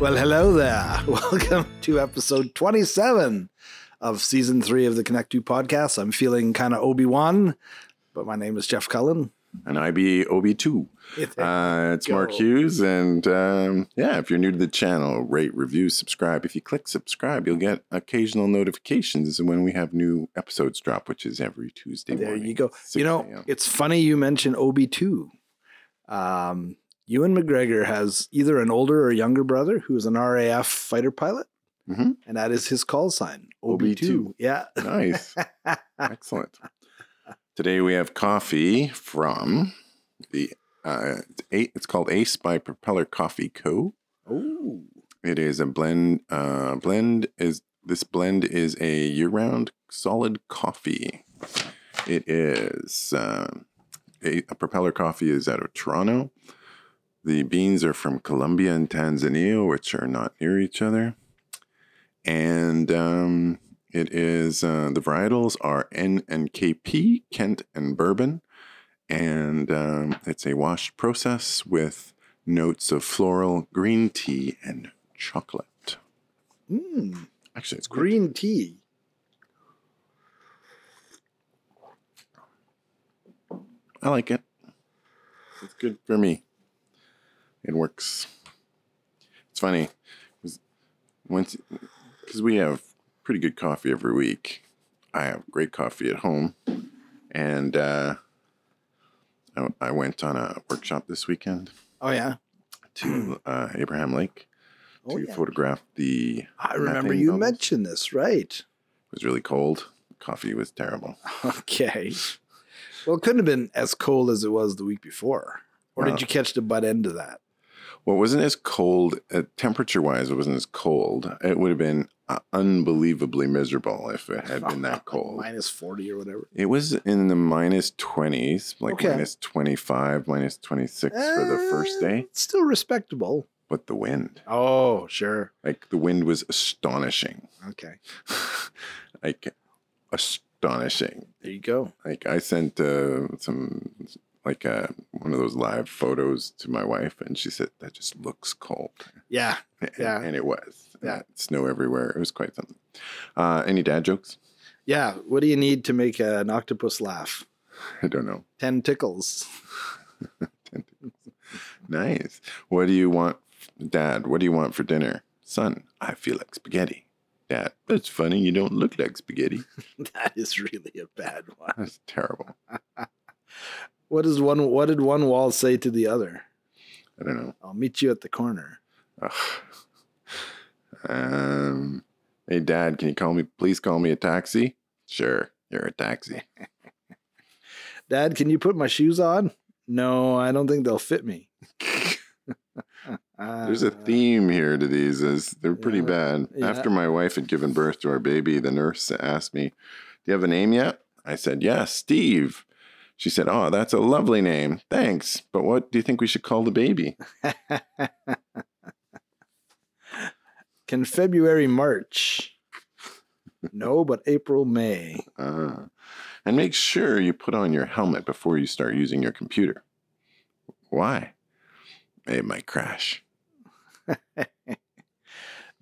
Well, hello there. Welcome to episode 27 of season three of the Connect 2 podcast. I'm feeling kind of Obi Wan, but my name is Jeff Cullen. and I be OB2. Uh, it's Mark Go. Hughes. And um, yeah, if you're new to the channel, rate, review, subscribe. If you click subscribe, you'll get occasional notifications when we have new episodes drop, which is every Tuesday There morning. you go. 6 You know, a.m.. it's funny you mention Obi-2. Um, Ewan McGregor has either an older or younger brother who is an RAF fighter pilot, Mhm. and that is his call sign, OB2. OB-2. Yeah. nice. Excellent. Today we have coffee from the, uh, A- it's called Ace by Propeller Coffee Co. Oh, It is a blend. Uh, blend is this blend is a year-round solid coffee. It is um a, a propeller coffee is out of Toronto. The beans are from Colombia and Tanzania, which are not near each other, and um, it is uh, the varietals are N and KP, Kent and Bourbon, and um, it's a washed process with notes of floral, green tea, and chocolate. mm, Actually, it's quite- green tea. I like it. It's good for me. It works. It's funny. 'cause Once, because we have pretty good coffee every week. I have great coffee at home, and uh, I, I went on a workshop this weekend Oh, yeah. to uh, Abraham Lake Oh, to yeah. photograph the. It I remember methane you bubbles. mentioned this, right? was really cold. Coffee was terrible. Okay. Well, it couldn't have been as cold as it was the week before. Or No. did you catch the butt end of that? Well, it wasn't as cold, uh, temperature wise, it wasn't as cold. It would have been uh, unbelievably miserable if it had been that cold. Minus 40 or whatever. It was in the minus 20s, like Okay. minus 25, minus 26 for the first Eh, day. Still respectable. But the wind, Oh, sure. like the wind was astonishing. Okay. like astonishing. There you go. Like I sent uh, some, like uh, one of those live photos to my wife, and she said, that just looks cold. Yeah. And- Yeah. And it was. Yeah. Yeah. Snow everywhere. It was quite something. Uh, any dad jokes? Yeah. What do you need to make an octopus laugh? I don't know. 10 tickles. Nice. What do you want, dad? What do you want for dinner? Son, I feel like spaghetti. Dad, that's funny. You don't look like spaghetti. that is really a bad one. That's terrible. What is one what did one wall say to the other? I don't know. I'll meet you at the corner. Ugh. Um, hey, dad, can you call me? Please call me a taxi. Sure. You're a taxi. Dad, can you put my shoes on? No, I don't think they'll fit me. There's a Uh, theme here to these is they're pretty Yeah. bad. Yeah. After my wife had given birth to our baby, the nurse asked me, "Do you have a name yet?" I said, "Yes, Steve." She said, "Oh, that's a lovely name. Thanks. But what do you think we should call the baby?" Can February, March? No, but April, May. Uh, and make sure you put on your helmet before you start using your computer. Why? It might crash.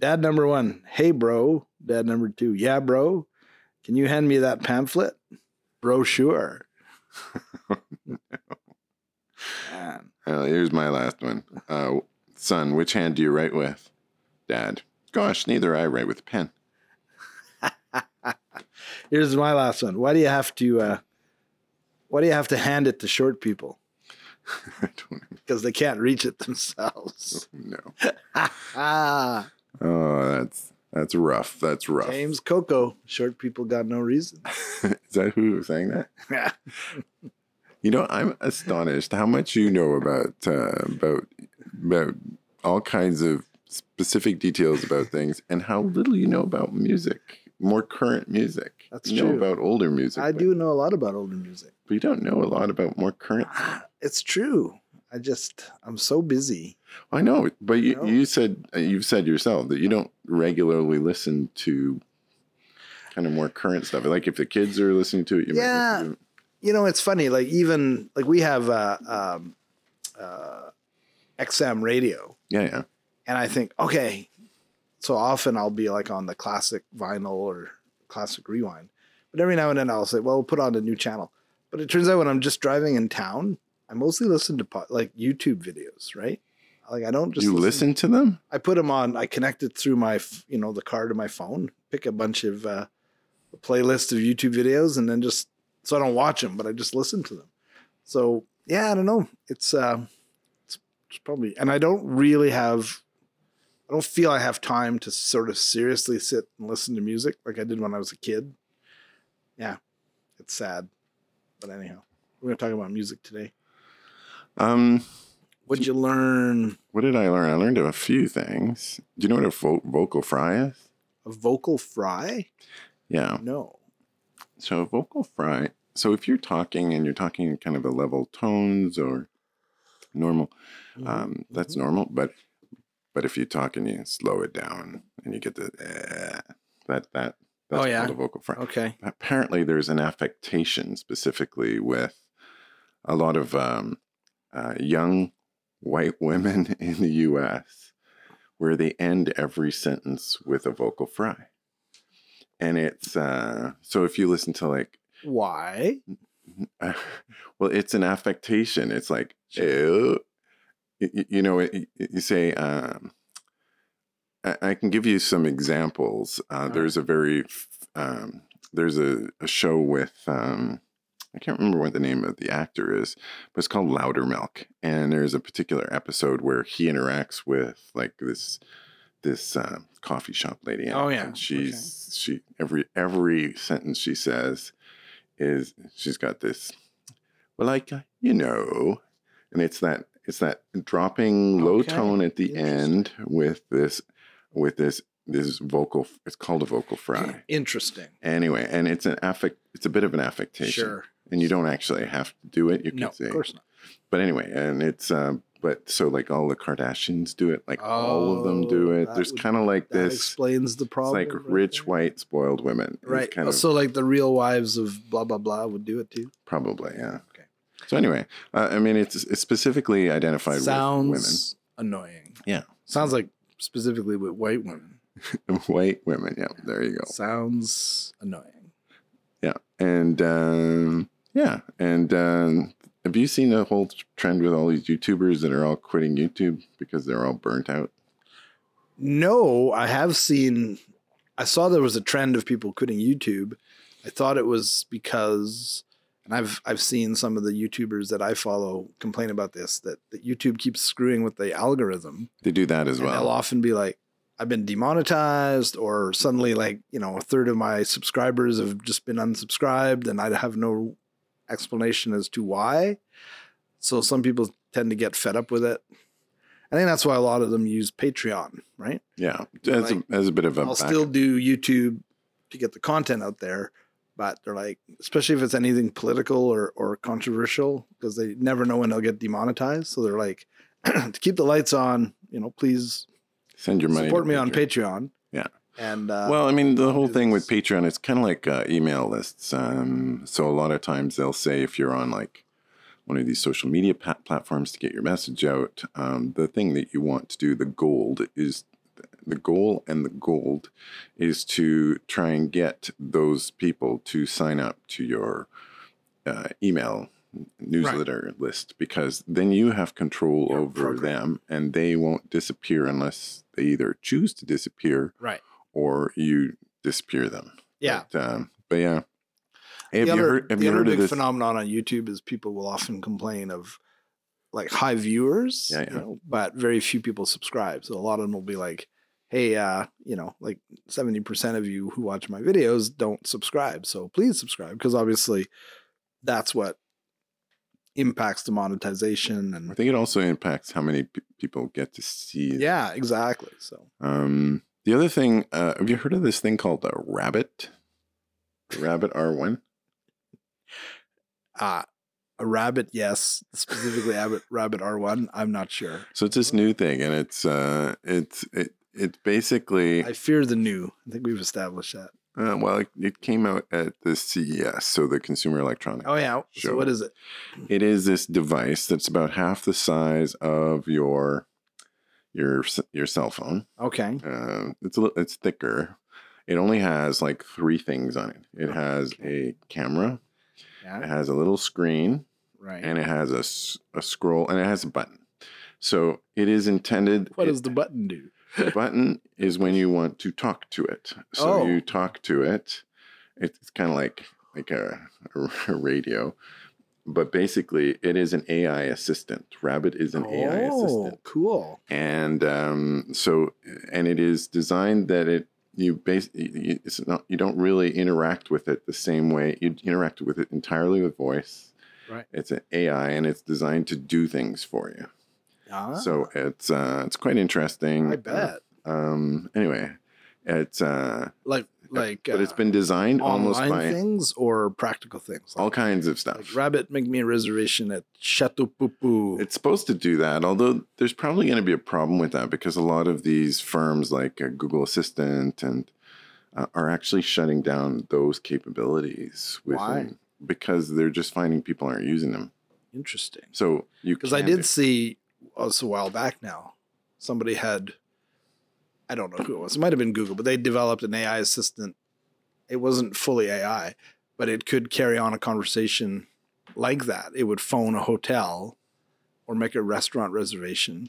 Dad number one, hey, bro. Dad number two, yeah, bro. Can you hand me that pamphlet? Brochure. Man. Uh, here's my last one. Uh, son, which hand do you write with? Dad, gosh, neither. I write with a pen. Here's my last one. Why do you have to? Uh, why do you have to hand it to short people? I don't Because they can't reach it themselves. know. ah, Oh, that's that's rough. That's rough. James Coco. Short people got no reason. Is that who was saying that? You know, I'm astonished how much you know about uh, about about all kinds of specific details about things, and how little you know about music, more current music. That's you true. know about older music. I but- do know a lot about older music. but you don't know a lot about more current. It's true. I just I'm so busy. I know, but you, No. you said uh, you've said yourself that you don't regularly listen to kind of more current stuff. Like if the kids are listening to it, you Yeah. might listen to it. You know, it's funny. Like even like we have uh, um, uh, XM radio, yeah, yeah. and I think, okay, so often I'll be like on the classic vinyl or classic rewind, but every now and then I'll say, well, we'll put on a new channel. But it turns out when I'm just driving in town, I mostly listen to po- like YouTube videos, right? Like I don't just you listen to them? I put them on. I connected through my, f- you know, the car to my phone. Pick a bunch of uh, playlists of YouTube videos, and then just so I don't watch them, but I just listen to them. So yeah, I don't know. It's uh, it's, it's probably, and I don't really have. I don't feel I have time to sort of seriously sit and listen to music like I did when I was a kid. Yeah, it's sad, but anyhow, we're gonna talk about music today. Um, What'd you learn? what did I learn? I learned a few things. Do you know what a vo- vocal fry is? A vocal fry? Yeah. No. So a vocal fry. So if you're talking and you're talking in kind of a level tones or normal, um, that's Mhm. normal. But but if you talk and you slow it down and you get the eh, that that that's Oh, yeah. called a vocal fry. okay. apparently there's an affectation specifically with a lot of um, uh, young white women in the US where they end every sentence with a vocal fry. And it's uh, so if you listen to like, Why? well, it's an affectation. It's like, "Ew." Y- y- you know, it- y- you say, um, I-, I can give you some examples. Uh, right. There's a very, f- um, there's a, a show with, um, I can't remember what the name of the actor is, but it's called Louder Milk. And there's a particular episode where he interacts with like this, this uh, coffee shop lady. Oh, yeah. and she's she every every sentence she says is she's got this. Well, like uh, you know, and it's that it's that dropping low Okay. tone at the end Interesting. with this with this this vocal it's called a vocal fry Interesting. anyway and it's an affect it's a bit of an affectation Sure. and you don't actually have to do it you can No, say of course not. but anyway and it's um but so like all the kardashians do it like all of them do Oh, it that there's would- kind of like That this explains the it's problem. like rich there. white spoiled women It's Right. Oh, kind of so like the real wives of blah blah blah would do it too. probably yeah Okay. so anyway uh, i mean it's, it's specifically identified with women Sounds annoying. Yeah. Sounds like specifically with white women. white women. Yeah, there you go. Sounds annoying. And um, yeah, and um, have you seen the whole trend with all these YouTubers that are all quitting YouTube because they're all burnt out? No, I have seen. I saw there was a trend of people quitting YouTube. I thought it was because, and I've I've seen some of the YouTubers that I follow complain about this that, that YouTube keeps screwing with the algorithm. They do that as And they'll well. often be like, "I've been demonetized," or suddenly like you know a third of my subscribers have just been unsubscribed, and I have no explanation as to why. So some people tend to get fed up with it. I think that's why a lot of them use Patreon, right? Yeah, as, like, a, as a bit of a I'll back- still do YouTube to get the content out there, but they're like, especially if it's anything political or or controversial, because they never know when they'll get demonetized. So they're like, to keep the lights on, you know, please send your money. support to me on Patreon. Yeah. and uh, Well, I mean, the I'll whole do thing with this. Patreon, it's kind of like uh, email lists. Um, so a lot of times they'll say if you're on like one of these social media pa- platforms to get your message out, um, the thing that you want to do, the gold is the goal, and the gold is to try and get those people to sign up to your uh, email newsletter list because then you have control Your over program. them and they won't disappear unless they either choose to disappear right, or you disappear them. yeah. But, um, but yeah. Hey, have the you other, heard? Have the you other heard of big this? phenomenon on YouTube is people will often complain of like high viewers, Yeah, you yeah. know, but very few people subscribe. So a lot of them will be like, hey, uh, you know, like 70% of you who watch my videos don't subscribe. So please subscribe because obviously that's what impacts the monetization I and think it also impacts how many pe- people get to see. it. yeah, exactly. So Um, the other thing, uh, have you heard of this thing called a rabbit? Rabbit R one. uh, a rabbit, yes, specifically rabbit, rabbit R1. I'm not sure. So it's this new thing, and it's uh, it's it it's basically I fear the new. I think we've established that. uh, well, it, it came out at the CES, so the Consumer Electronics. Oh yeah. Sure. So what is it? It is this device that's about half the size of your your s- your cell phone. Okay. Uh, it's a little, it's thicker. It only has like three things on it. It has a camera, it Yeah. has a little screen, Right. and it has a, s- a scroll, and it has a button. So it is intended. what it- does the button do? the button is when you want to talk to it. So Oh. you talk to it. It's kind of like like a, a radio, but basically it is an AI assistant. Rabbit is an AI assistant, Oh, cool. and um, so and it is designed that it you base you- it's not you don't really interact with it the same way you interact with it entirely with voice. Right. It's an AI, and it's designed to do things for you. Ah, So it's uh, it's quite interesting. I Uh, bet. um anyway it's uh Like like but it's uh, been designed almost Oh, online by things or practical things. all kinds of stuff like rabbit make me a reservation at Chateau Poupou. it's supposed to do that although there's probably going to be a problem with that because a lot of these firms like uh, google assistant and uh, are actually shutting down those capabilities with Why? them because they're just finding people aren't using them Interesting. so you Because I can- did see oh, it's a while back now, somebody had I don't know who it was. It might have been Google, but they developed an AI assistant. It wasn't fully AI, but it could carry on a conversation like that. It would phone a hotel or make a restaurant reservation.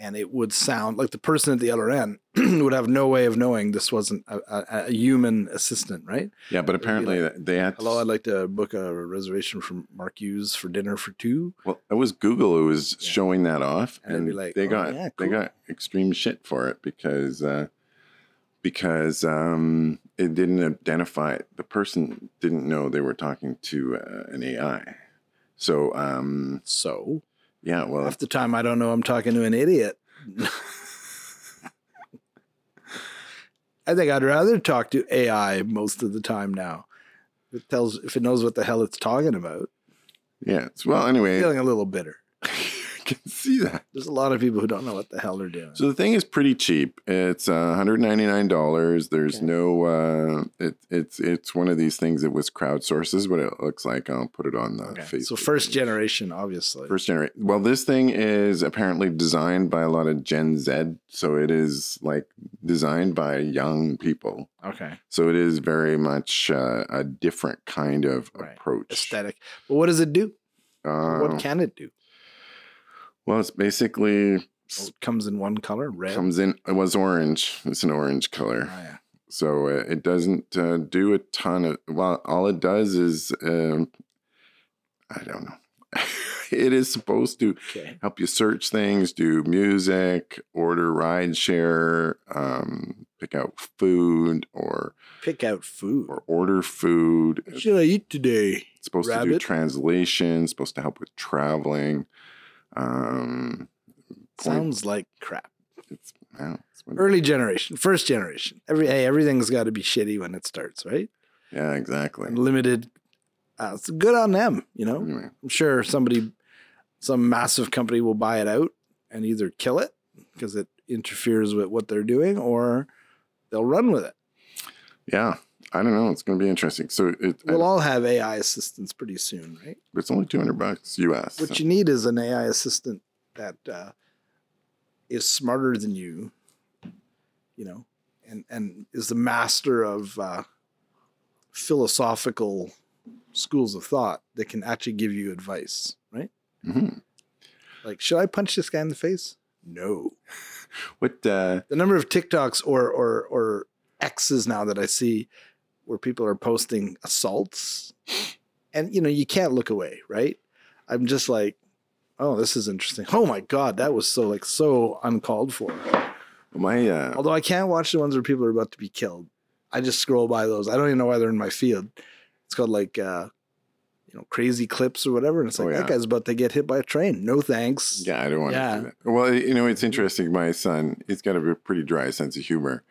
And it would sound like the person at the other end would have no way of knowing this wasn't a, a, a human assistant, right? yeah but it'd be apparently they had Hello, I'd like to book a reservation from Mark Hughes for dinner for two. Well, it was Google who was Yeah. showing that off, And and, they'd be like, they "Oh, got yeah, they cool." got extreme shit for it because uh, because um, it didn't identify the person didn't know they were talking to uh, an AI. So um, So yeah, well, half the time I don't know I'm talking to an idiot. I think I'd rather talk to AI most of the time now. It tells if it knows what the hell it's talking about. yeah. it's- Well, anyway, Feeling a little bitter. I can see that. There's a lot of people who don't know what the hell they're doing. So the thing is pretty cheap. It's uh, $199. There's Okay. no uh, it, it's it's one of these things that was crowdsourced. This is what it looks like. I'll put it on the okay. Facebook. So first page. generation, obviously. First generation. Well, this thing is apparently designed by a lot of Gen Z, so it is like designed by young people. okay. So it is very much uh, a different kind of Right. approach. Aesthetic. But what does it do? Uh, what can it do? well, it's basically Oh, it comes in one color, red. comes in. It was orange. It's an orange color. Oh, yeah. So uh, it doesn't uh, do a ton of. Well, all it does is um, I don't know. it is supposed to Okay. help you search things, do music, order ride share, um, pick out food or Pick out food. or order food. What should I eat today? It's supposed to do Rabbit? translation, supposed to help with traveling. Um, Point. Sounds like crap. it's, yeah, it's what- early generation, first generation. Every hey, everything's got to be shitty when it starts, right? yeah, exactly. And limited. Uh, it's good on them, you know. Anyway, I'm sure somebody, some massive company will buy it out and either kill it because it interferes with what they're doing, or they'll run with it. yeah, I don't know. It's going to be interesting. So it, We'll all have AI assistants pretty soon, right? it's only 200 bucks US. What you need is an AI assistant that uh, is smarter than you, you know, and and is the master of uh, philosophical schools of thought that can actually give you advice, right? Mhm. Like, should I punch this guy in the face? No. What, uh, The number of TikToks or or or X's now that I see where people are posting assaults, and you know you can't look away, right? I'm just like, oh, this is interesting. Oh my god, that was so like so uncalled for. my, uh, Although I can't watch the ones where people are about to be killed. I just scroll by those. I don't even know why they're in my field. It's called like uh you know, crazy clips or whatever. And it's Oh, like, that yeah. guy's about to get hit by a train. No thanks. Yeah, I don't want Yeah. to do that. Well, you know, it's interesting. My son, he's got a pretty dry sense of humor.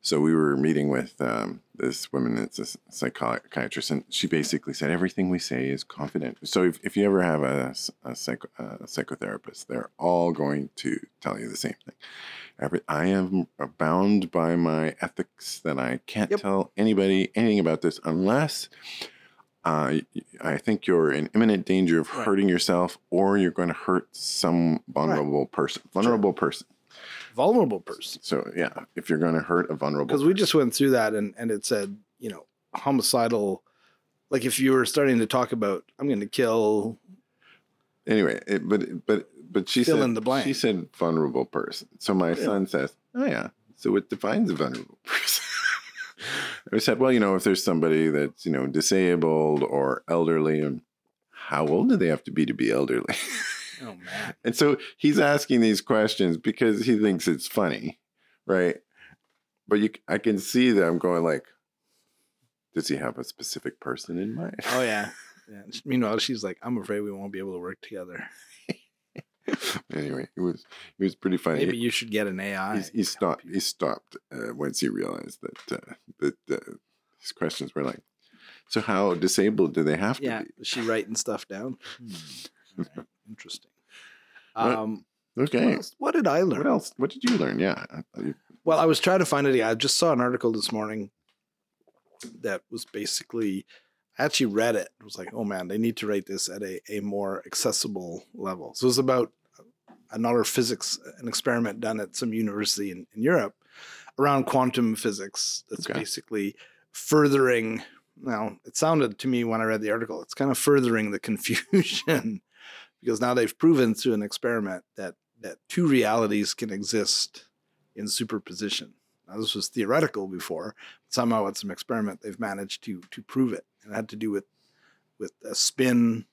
So we were meeting with um, this woman that's a psychiatrist, and she basically said everything we say is confident. So if, if you ever have a, s- a psycho, a psychotherapist, they're all going to tell you the same thing. Every, I am bound by my ethics that I can't Yep. tell anybody anything about this unless uh, I think you're in imminent danger of Right. hurting yourself or you're going to hurt some vulnerable person. Vulnerable person. vulnerable person. So yeah, if you're going to hurt a vulnerable, Because we just went through that and, and it said, you know, homicidal. Like if you were starting to talk about, I'm going to kill, anyway, it, but but but she Fill said in the blank. she said vulnerable person. So my Yeah. son says, "Oh yeah." So what defines a vulnerable person? I said, "Well, you know, if there's somebody that's you know disabled or elderly, and how old do they have to be to be elderly?" oh man, and so he's asking these questions because he thinks it's funny, right? But you, I can see that I'm going like, does he have a specific person in mind? oh yeah. yeah. Meanwhile, she's like, I'm afraid we won't be able to work together. anyway, it was it was pretty funny. Maybe you should get an AI. He's, he stopped. He stopped uh, once he realized that uh, that uh, his questions were like, "So how disabled do they have to yeah, be?" Hmm. is she writing stuff down. All right, Interesting. What- Um, what, Okay. else- what did I learn? What else? What did you learn? Yeah, you- Well, I was trying to find it. I just saw an article this morning that was basically I actually read it. I was like, oh man, they need to write this at a, a more accessible level. So it was about another physics, an experiment done at some university in, in Europe around quantum physics. That's Okay. basically furthering. Now, it sounded to me when I read the article, it's kind of furthering the confusion because now they've proven through an experiment that that two realities can exist in superposition. Now this was theoretical before, but somehow at some experiment they've managed to to prove it, and it had to do with with a spin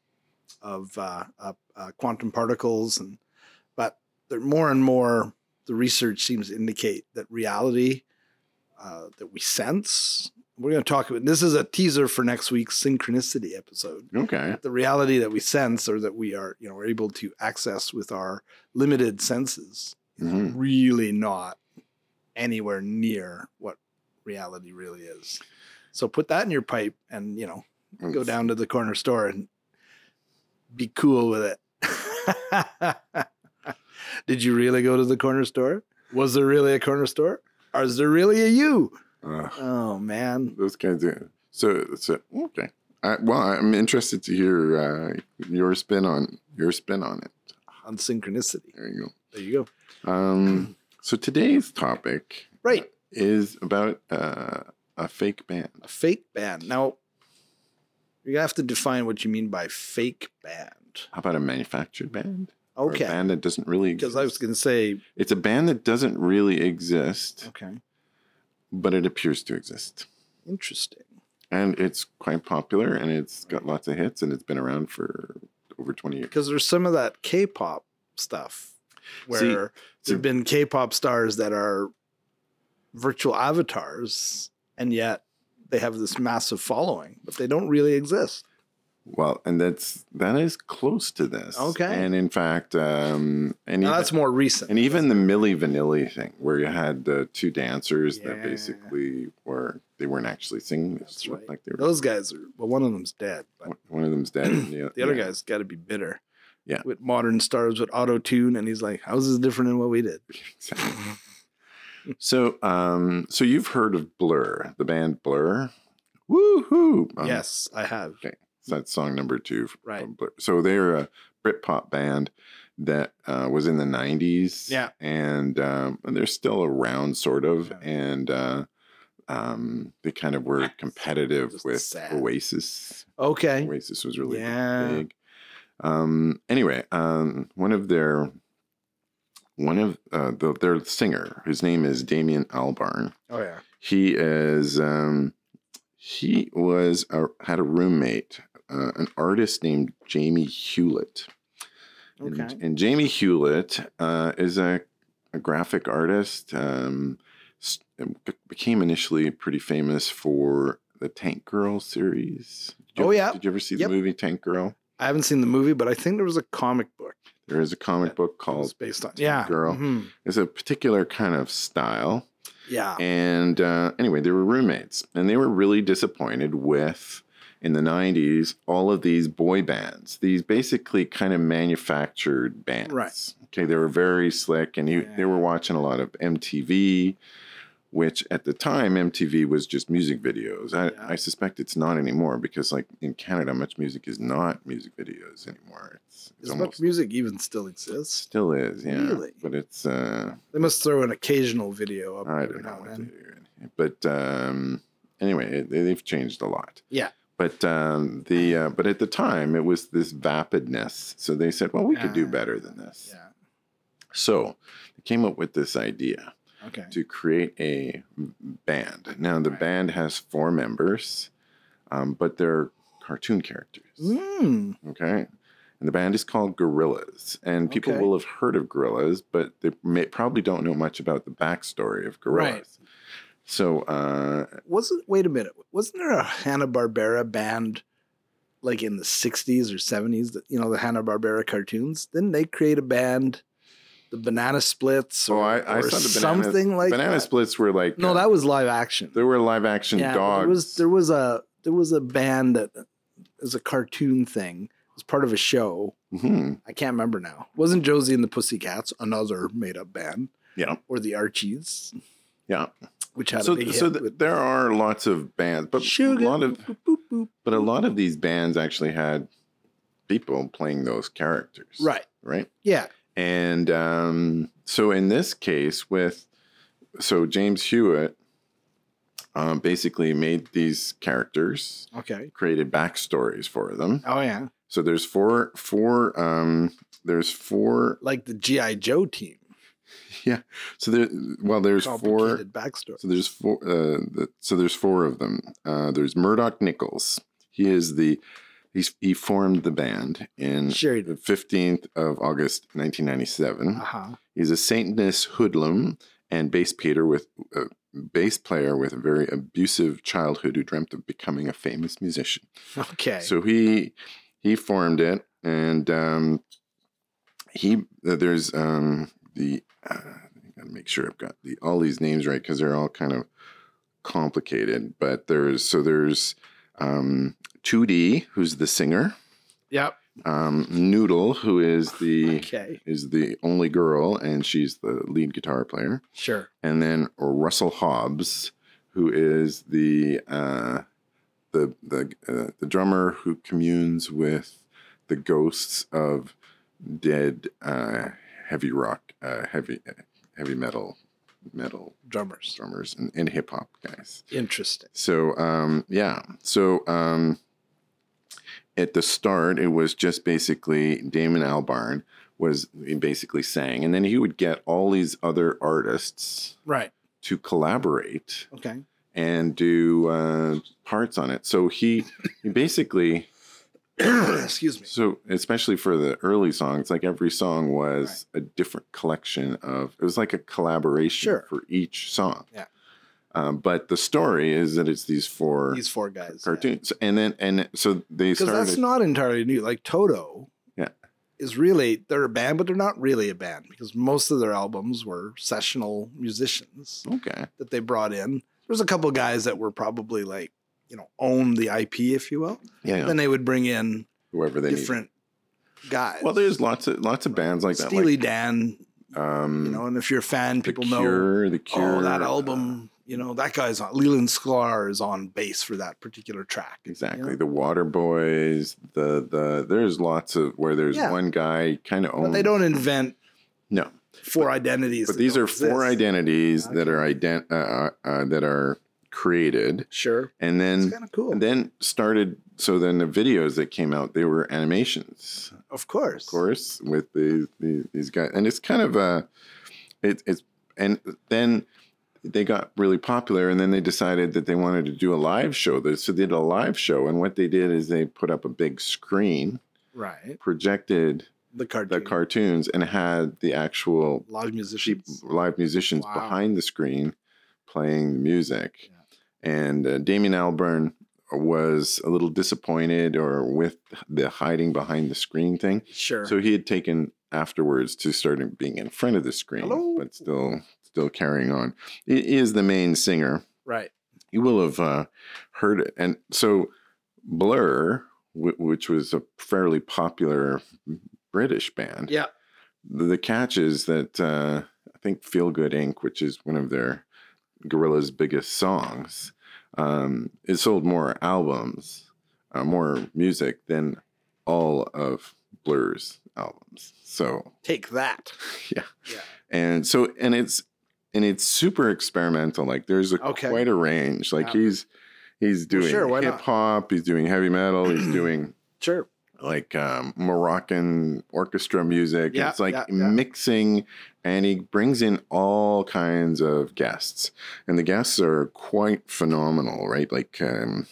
of uh, uh, uh, quantum particles, and but there more and more the research seems to indicate that reality uh, that we sense. We're going to talk about this is a teaser for next week's synchronicity episode okay. the reality that we sense or that we are you know are able to access with our limited senses is Mhm. really not anywhere near what reality really is so put that in your pipe and you know go down to the corner store and be cool with it did you really go to the corner store was there really a corner store or is there really a you Ugh, oh man those kinds of so so okay. I, well, I'm interested to hear uh, your spin on your spin on it. on synchronicity There you there you go go. Um, so today's topic right is about uh, a fake band. A fake band. Now, you have to define what you mean by fake band. How about a manufactured band? Or a Okay. band that doesn't really Because I was going to say, It's a band that doesn't really exist, okay, but it appears to exist. interesting. And it's quite popular and it's got lots of hits and it's been around for over 20 years. Because there's some of that K pop stuff where See, there see- have been K pop stars that are virtual avatars and yet they have this massive following, but they don't really exist. Well, and that's that is close to this. Okay. And in fact, um and, Now, even, that's more recent. and even the Milli Vanilli thing where you had the two dancers that Yeah. basically were they weren't actually singing. It That's just looked right. like they were those guys are, well, one of them's dead, but one- one of them's dead and the, The other yeah. guy's got to be bitter. Yeah. With modern stars with auto tune, and he's like, "How's this different than what we did?" Um, so um so you've heard of Blur, the band Blur? Woohoo! Um, yes, I have. So that's song number two. from Right. Blur. So they're a Britpop band that uh, was in the 90s. Yeah. And, um, and they're still around, sort of. Yeah. And uh, um, they kind of were competitive Just with sad. Oasis. Okay. Oasis was really Yeah. big. Um, anyway, um, one of their. One of uh, the, their singer, whose name is Damien Albarn, Oh yeah. he is um he was a, had a roommate uh, an artist named jamie hewlett And- Okay. and, jamie hewlett uh, is a, a graphic artist um s- became initially pretty famous for the tank girl series Did you- Oh, yeah. did you ever see Yep. the movie tank girl I haven't seen the movie, but I think there was a comic book there is a comic book that was called based on. Tank Yeah. Girl. Mhm. it's a particular kind of style Yeah. And uh, anyway, they were roommates, and they were really disappointed with in the '90s all of these boy bands, these basically kind of manufactured bands. Right. Okay, they were very slick, and you, they were watching a lot of MTV, which at the time MTV was just music videos. I, Yeah. I suspect it's not anymore because, like in Canada, much music is not music videos anymore. It's, it's As much almost music even still exists. still is, yeah. Really? But it's uh, They must throw an occasional video up I every don't know now what and they then. do. But um, anyway, it, they've changed a lot. Yeah. But um, the uh, but at the time it was this vapidness. So they said, well, we could do Ah, better than this. Yeah. So they came up with this idea Okay. to create a band. Now the Right. band has four members, um, but they're cartoon characters. Mm, Okay. And the band is called Gorillas, and people Okay. will have heard of Gorillas, but they may, probably don't know much about the backstory of Gorillas. Right. So, uh, wasn't wait a minute. Wasn't there a Hanna Barbera band like in the sixties or seventies that you know, the Hanna Barbera cartoons? Didn't they create a band, the banana splits so or, Oh, I, I or saw the banana, something like banana that? splits were like No, uh, that was live action. there were live action yeah, dogs. There was there was a there was a band that was a cartoon thing. It was part of a show. Mhm. I can't remember now. Wasn't Josie and the Pussycats another made up band? Yeah, Or the Archies, yeah. which had So, a big so hit th- with there are lots of bands, but Sugar. a lot of boop, boop, boop. but a lot of these bands actually had people playing those characters, Right. Right. Yeah. And um, so in this case, with so James Hewitt um, basically made these characters, Okay. created backstories for them. Oh yeah. So there's four, four, um, there's four. Like the GI Joe team. So there, well, there's four. Complicated backstory. So there's four. Uh, the, so there's four of them. Uh, there's Murdoch Nichols. He is the. He's, he formed the band in Sure. the 15th of August 1997. Uh huh. He's a Satanist hoodlum and bass player with uh, bass player with a very abusive childhood who dreamt of becoming a famous musician. Okay. So he he formed it, and um, he uh, there's um, the uh, I gotta make sure I've got the all these names right because they're all kind of complicated. But there's so there's um, 2D who's the singer, yep. um, Noodle who is the Okay. is the only girl, and she's the lead guitar player. Sure. And then Russell Hobbs, who is the uh, the the uh, the drummer who communes with the ghosts of dead uh, heavy rock, uh, heavy heavy metal metal Drummers. drummers and, and hip hop guys. Interesting. So um, yeah, so um, at the start, it was just basically Damon Albarn was he basically sang, and then he would get all these other artists Right. to collaborate Okay. and do uh, parts on it. So he, he basically Excuse me. so especially for the early songs, like every song was a different collection of. It was like a collaboration Sure. for each song. Yeah. Um, but the story is that it's these four These four guys. cartoons, and then and so they Because started. that's not entirely new. Like Toto. Yeah. Is really they're a band, but they're not really a band because most of their albums were sessional musicians. okay, that they brought in. There's a couple guys that were probably like, you know, own the IP, if you will. yeah, yeah. Then they would bring in whoever they different guys. need. Well, there's lots of lots of bands like that, Steely Dan, like um, you know, and if you're a fan, people the know, Cure, the Cure, oh, that uh, album, you know, that guy's on, Leland Sklar is on bass for that particular track. you know? Exactly. The Water Boys, the the there's lots of where there's Yeah. one guy kind of But owns they don't invent no four identities. But that these don't are four exist. identities that are ident- uh, uh, that are created, Sure. and It's then kind of cool. and then started. So then the videos that came out, they were animations, of course. of course, with these these, these guys, and it's kind of a it, it's and then they got really popular, and then they decided that they wanted to do a live show. So they did a live show, and what they did is they put up a big screen, Right. projected The cartoon. the cartoons, and had the actual Live cheap musicians. live musicians Wow. behind the screen playing the music. And uh, Damien Albarn was a little disappointed or with the hiding behind the screen thing. Sure. So he had taken afterwards to starting being in front of the screen, Hello? but still still carrying on. He is the main singer. right. You will have uh, heard it. And so Blur, w- which was a fairly popular British band, Yeah. the, the catch is that uh, I think Feel Good Inc., which is one of their Gorilla's biggest songs. Um, it sold more albums, uh, more music than all of Blur's albums. So Take that. and so and it's and it's super experimental. Like there's a Okay. quite a range. Like Yeah. he's he's Well, doing sure, why not? hip hop. He's doing heavy metal. He's doing Sure. like um, Moroccan orchestra music. Yeah, it's like yeah, yeah. mixing, and he brings in all kinds of guests, and the guests are quite phenomenal, right? Like, um,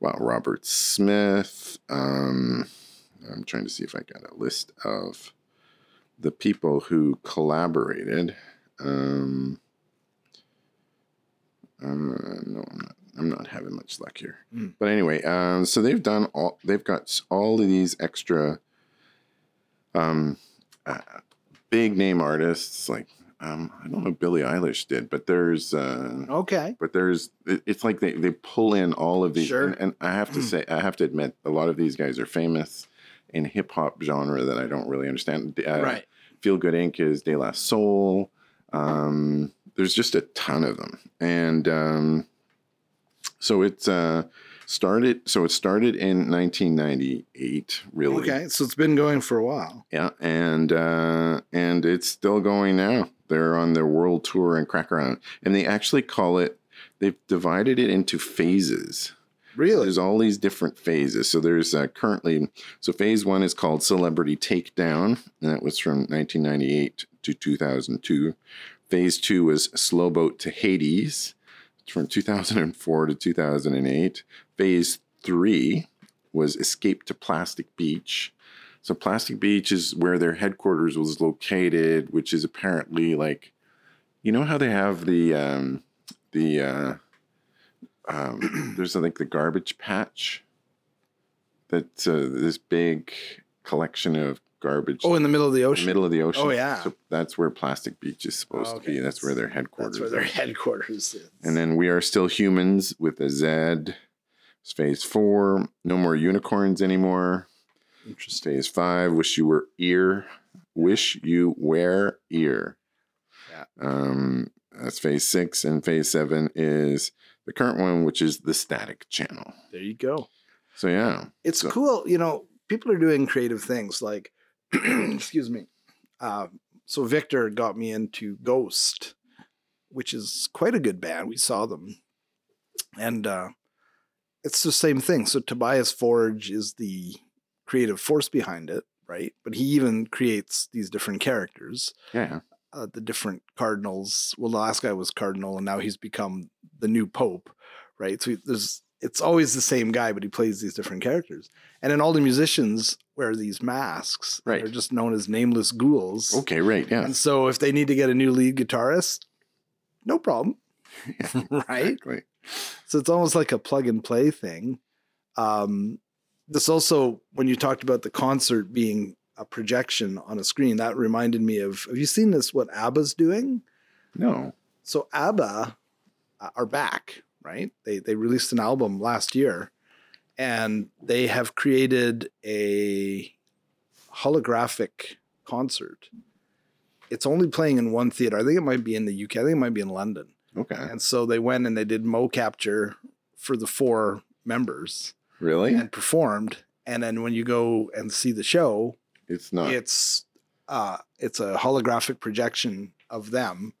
wow, Robert Smith. Um, I'm trying to see if I got a list of the people who collaborated. Um, uh, no, I'm not. I'm not having much luck here. Mm. But anyway, um, so they've done all. They've got s- all of these extra, um, uh, big name artists like um, I don't know Billie Eilish did, but there's uh, Okay. but there's it- it's like they, they pull in all of these Sure. Hmm. and, and i have to say i have to admit a lot of these guys are famous in hip-hop genre that i don't really understand Uh, right. feel good inc is de la soul um, there's just a ton of them and um, so it's uh, started so it started in 1998 really Okay. So it's been going for a while. yeah, and uh, and it's still going now. They're on their world tour and crack around, and they actually call it. They've divided it into phases. Really? There's all these different phases. So there's uh, currently so phase one is called Celebrity Takedown, and that was from 1998 to 2002. Phase two was Slow Boat to Hades, It's from 2004 to 2008. Phase three was Escape to Plastic Beach. So Plastic Beach is where their headquarters was located, which is apparently like, you know how they have the um, the uh, um, there's like the garbage patch. That's uh, this big collection of garbage Oh, in the middle of the in the ocean. middle of the ocean. Oh, yeah. So that's where Plastic Beach is supposed to Okay. be. That's where their That's headquarters. where their are. headquarters is. And then we are still humans with a Z. It's Phase four, no more unicorns anymore. Interesting. Phase five, wish you were ear. Wish you were ear. Yeah. Um, that's phase six, and phase seven is the current one, which is the static channel. There you go. So yeah, It's So- cool. You know, people are doing creative things. Like, excuse me. Uh, so Victor got me into Ghost, which is quite a good band. We saw them, and uh, it's the same thing. So Tobias Forge is the creative force behind it, right? But he even creates these different characters. yeah, uh, the different cardinals. Well, the last guy was cardinal, and now he's become the new pope, right? So there's it's always the same guy, but he plays these different characters. And then all the musicians wear these masks. and Right. They're just known as nameless ghouls. okay, right, yeah, And so if they need to get a new lead guitarist, no problem, right? exactly. So it's almost like a plug and play thing. Um, this also, when you talked about the concert being a projection on a screen, that reminded me of have you seen this, what ABBA's doing? No, so ABBA uh, are back, right? They they released an album last year, and they have created a holographic concert. It's only playing in one theater. I think it might be in the UK. I think it might be in London. okay, And so they went and they did mo capture for the four members really, and performed. And then when you go and see the show, it's not. it's uh it's a holographic projection of them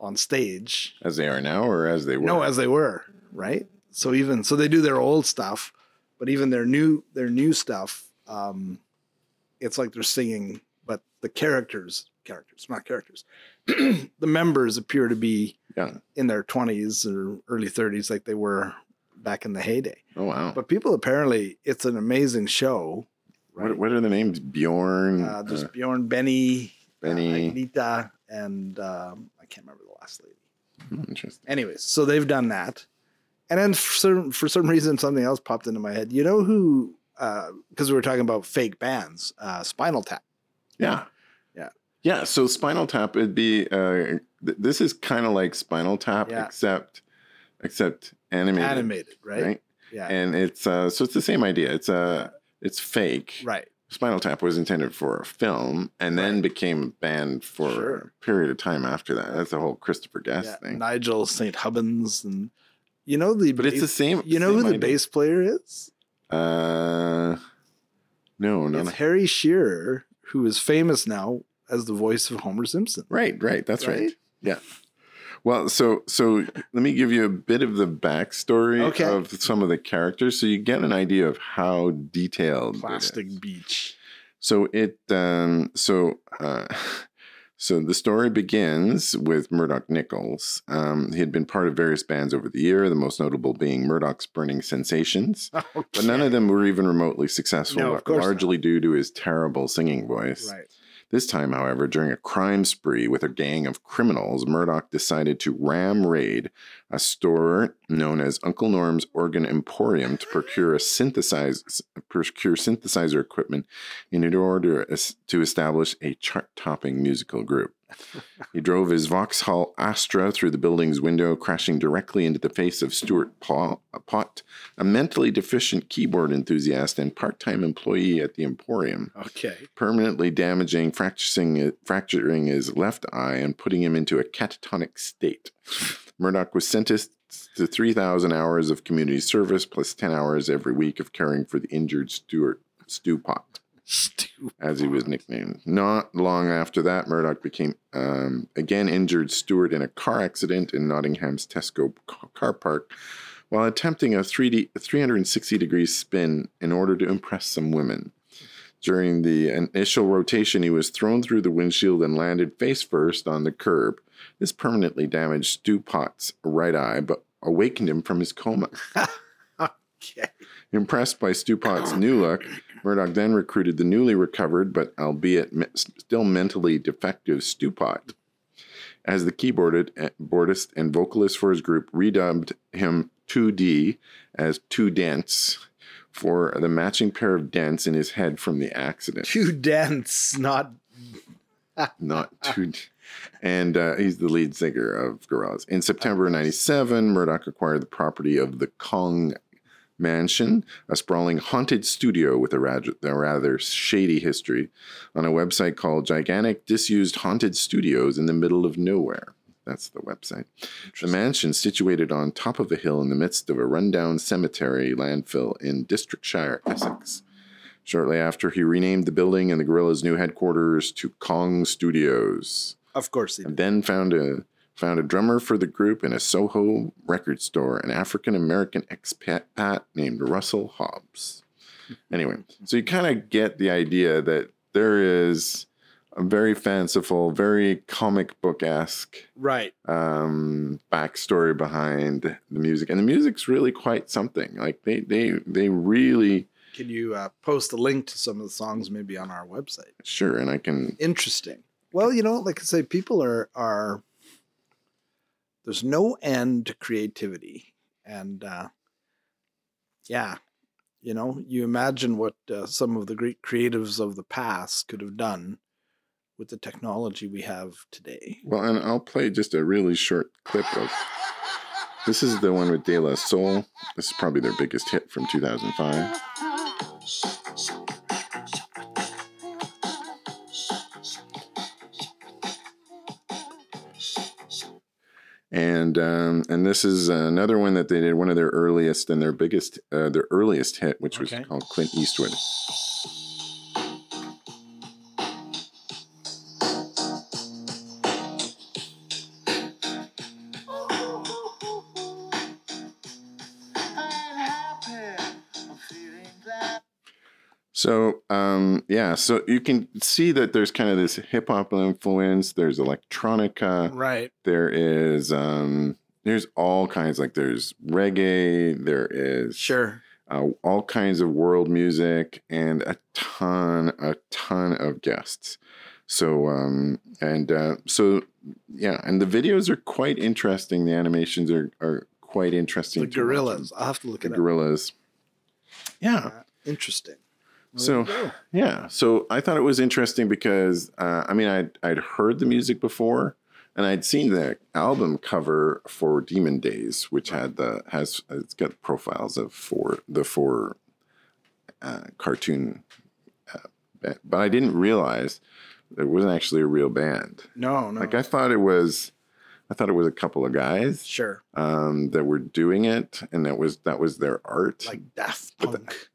on stage as they are now or as they were. no as they were right so even so they do their old stuff but even their new their new stuff um it's like they're singing but the characters characters not characters the members appear to be Yeah. in their 20s or early 30s like they were back in the heyday oh wow. but people apparently it's an amazing show what, what are the names? Bjorn, uh, there's uh, Bjorn Benny, Benny. uh, Agnita, and um, I can't remember the last lady. Hmm, Interesting. Anyways, so they've done that, and then for some for some reason something else popped into my head. You know who? Because we were talking about fake bands, uh, Spinal Tap. Yeah. Yeah. Yeah. So Spinal Tap, it'd be uh, th- this is kind of like Spinal Tap, Yeah. except except animated, Animated, right? right? Yeah, And it's uh, so it's the same idea. It's uh, it's fake, right. Spinal Tap was intended for a film and then became a band for Sure. a period of time after that. That's the whole Christopher Guest Yeah, thing. Nigel St. Hubbins and you know the But it's the bass- same. you know who same the idea. bass player is? Uh, no, no, It's no. Harry Shearer, who is famous now as the voice of Homer Simpson. Right, right. That's right. Right? Yeah. Well, so so let me give you a bit of the backstory Okay. of some of the characters, so you get an idea of how detailed it is. Plastic Beach. So it um, so uh, so the story begins with Murdoch Nichols. Um, he had been part of various bands over the year, the most notable being Murdoch's Burning Sensations, but none of them were even remotely successful, No, of course not. largely due to his terrible singing voice. Right. This time, however, during a crime spree with a gang of criminals, Murdoch decided to ram raid a store known as Uncle Norm's Organ Emporium to procure a synthesize, procure synthesizer equipment in order es- to establish a chart-topping musical group. He drove his Vauxhall Astra through the building's window, crashing directly into the face of Stuart Paul, Pott, a mentally deficient keyboard enthusiast and part-time employee at the Emporium Okay. permanently damaging, fracturing, fracturing his left eye, and putting him into a catatonic state. Murdoch was sentenced to 3,000 hours of community service plus 10 hours every week of caring for the injured Stuart Stewpot, Stupid. as he was nicknamed. Not long after that, Murdoch became um, again injured Stewart in a car accident in Nottingham's Tesco ca- car park while attempting a 3D, 360 degree spin in order to impress some women. During the initial rotation, he was thrown through the windshield and landed face first on the curb. This permanently damaged Stu Potts' right eye, but awakened him from his coma. Okay. Impressed by Stu Potts' new look, Murdoch then recruited the newly recovered, but albeit me- still mentally defective Stu Pot as the keyboarded, eh, boardist and vocalist for his group, redubbed him 2D as Too Dense for the matching pair of dents in his head from the accident. Too dense. Not not too. And uh, he's the lead singer of Gorillaz. In September '97, Murdoch acquired the property of the Kong Mansion, a sprawling haunted studio with a rather, a rather shady history, on a website called Gigantic Disused Haunted Studios in the Middle of Nowhere. That's the website. The mansion, situated on top of a hill in the midst of a rundown cemetery landfill in Districtshire, Essex. Shortly after, he renamed the building and the Gorilla's new headquarters to Kong Studios, of course he and did. then found a found a drummer for the group in a Soho record store, an African American expat named Russell Hobbs. Anyway, so you kind of get the idea that there is a very fanciful, very comic book esque Right. um backstory behind the music and the music's really quite something like they they they really Can you uh, post a link to some of the songs maybe on our website? sure and i can Interesting. Well, you know, like I say, people are are there's no end to creativity, and uh, yeah, you know, you imagine what uh, some of the great creatives of the past could have done with the technology we have today. well and i'll play just a really short clip of this is the one with de la soul this is probably their biggest hit from 2005 and um, and this is another one that they did one of their earliest and their biggest uh, their earliest hit which Okay. was called clint eastwood So um, yeah, so you can see that there's kind of this hip hop influence. There's electronica. Right. There is um, there's all kinds like there's reggae. There is Sure. uh, all kinds of world music and a ton a ton of guests. So um, and uh, so yeah, and the videos are quite interesting. The animations are are quite interesting. The to watch. gorillas. I'll have to look The at it. up. gorillas. Yeah. Uh, Interesting. Well, So- there you go. Yeah, so I thought it was interesting because uh, I mean I'd, I'd heard the music before, and I'd seen the album cover for Demon Days, which had the has it's got profiles of four the four uh, cartoon uh, ba- but I didn't realize there wasn't actually a real band. No, no. Like I thought it was, I thought it was a couple of guys sure. um, that were doing it, and that was that was their art. Like Daft But the- Punk.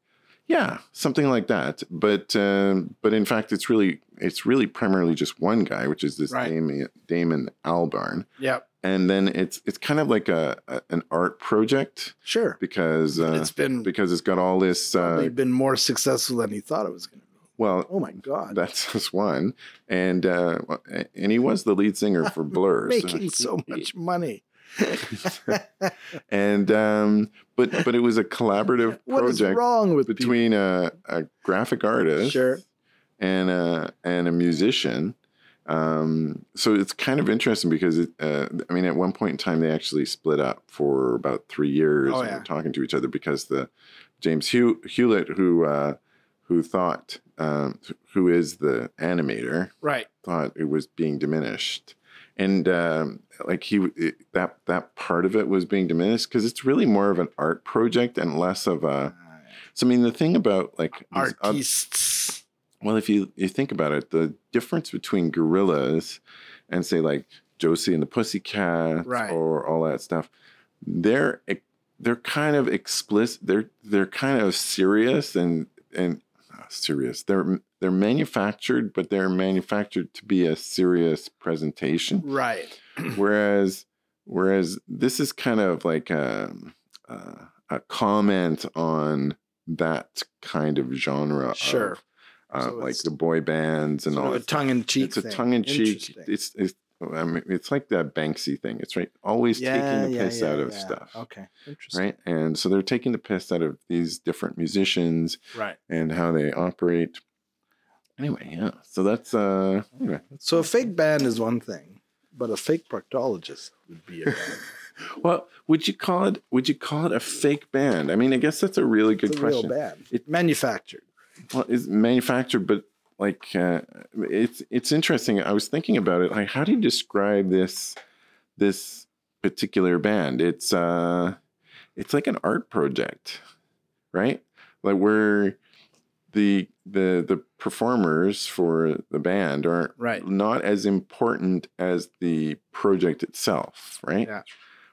yeah, something like that. But um, but in fact, it's really it's really primarily just one guy, which is this Right. Damon, Damon Albarn, Yep. and then it's it's kind of like a, a an art project Sure. because uh, it's been because it's got all this. Uh, probably been more successful than he thought it was going to be. well, Oh my god. That's just one, and uh, and he was the lead singer for Blur. so- Making so much money. and um, but but it was a collaborative What is project wrong with people? between a, a graphic artist Sure. and a and a musician. Um, so it's kind of interesting because it, uh, I mean, at one point in time, they actually split up for about three years, Oh, and yeah. were talking to each other because the James Hew- Hewlett, who uh, who thought um, who is the animator, Right. thought it was being diminished and um, like he it, that that part of it was being diminished because it's really more of an art project and less of a Uh, so i mean the thing about like these Uh, oth- Artists. well if you you think about it the difference between gorillas and say like josie and the pussycat Right. or all that stuff they're ex- they're kind of explicit they're they're kind of serious and and uh, serious they're they're manufactured but they're manufactured to be a serious presentation Right. whereas whereas this is kind of like um uh, a comment on that kind of genre Sure. of, uh, So like it's the boy bands and Sort all of a that stuff. tongue in cheek. it's a tongue in cheek it's it's I mean, it's like that Banksy thing. It's right, always taking the piss out of stuff, Okay. Oh, Interesting. right? And so they're taking the piss out of these different musicians Right. and how they operate. Anyway, yeah. So that's uh, anyway. So a fake band is one thing, but a fake proctologist would be a band. Well, would you call it? Would you call it a fake band? I mean, I guess that's a really good it's a question. real band. It- manufactured. well, it's manufactured, but like uh, it's it's interesting. I was thinking about it. Like, how do you describe this this particular band? It's uh, it's like an art project, right? Like where the the the performers for the band are Right. not as important as the project itself, right? Yeah.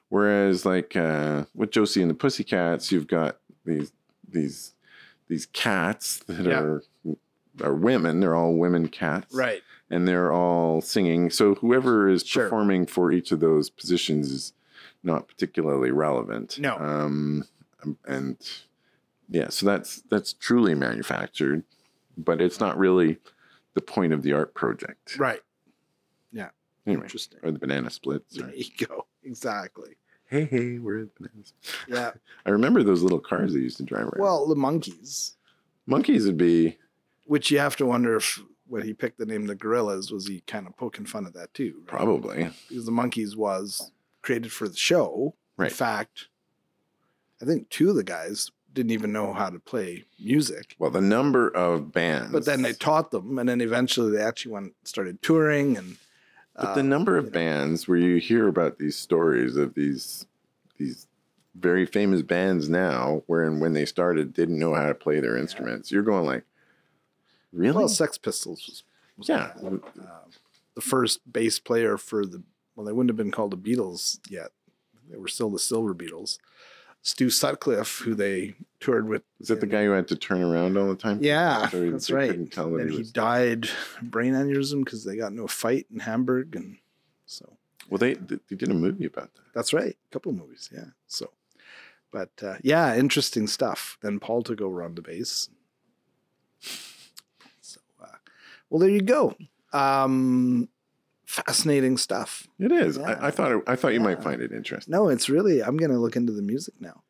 Whereas like uh, with Josie and the Pussycats, you've got these these these cats that Yeah. are are women. They're all women cats, Right. And they're all singing. So whoever is Sure. performing for each of those positions is not particularly relevant. No. Um, and yeah, so that's that's truly manufactured, but it's not really the point of the art project. Right. Anyway, Interesting. or the banana splits. or- There you go. Exactly. hey, hey, we're the bananas. Yeah. I remember those little cars they used to drive around. Well, the monkeys, monkeys would be which you have to wonder if when he picked the name the gorillas, was he kind of poking fun at that too? right? probably Because the monkeys was created for the show. Right. In fact, I think two of the guys didn't even know how to play music. well the number of bands. But then they taught them, and then eventually they actually went started touring and. uh, but the number of you know. bands where you hear about these stories of these these very famous bands now, wherein when they started didn't know how to play their instruments. You're going like, really? Well, Sex Pistols was, was yeah, uh, the first bass player for the well, they wouldn't have been called the Beatles yet. They were still the Silver Beatles. Stu Sutcliffe, who they toured with, is that the guy who had to turn around all the time? yeah, So he- that's they right. Couldn't tell that And he he was. died of brain aneurysm because they got into a fight in Hamburg, and so Well, they they did a movie about that. that's right. A couple movies, yeah. So, but uh, yeah, interesting stuff. Then Paul took over on the bass. So, uh, well, there you go. Um, fascinating stuff. It is. Yeah. I, I thought it, I thought you might Yeah. find it interesting. No, it's really. I'm going to look into the music now.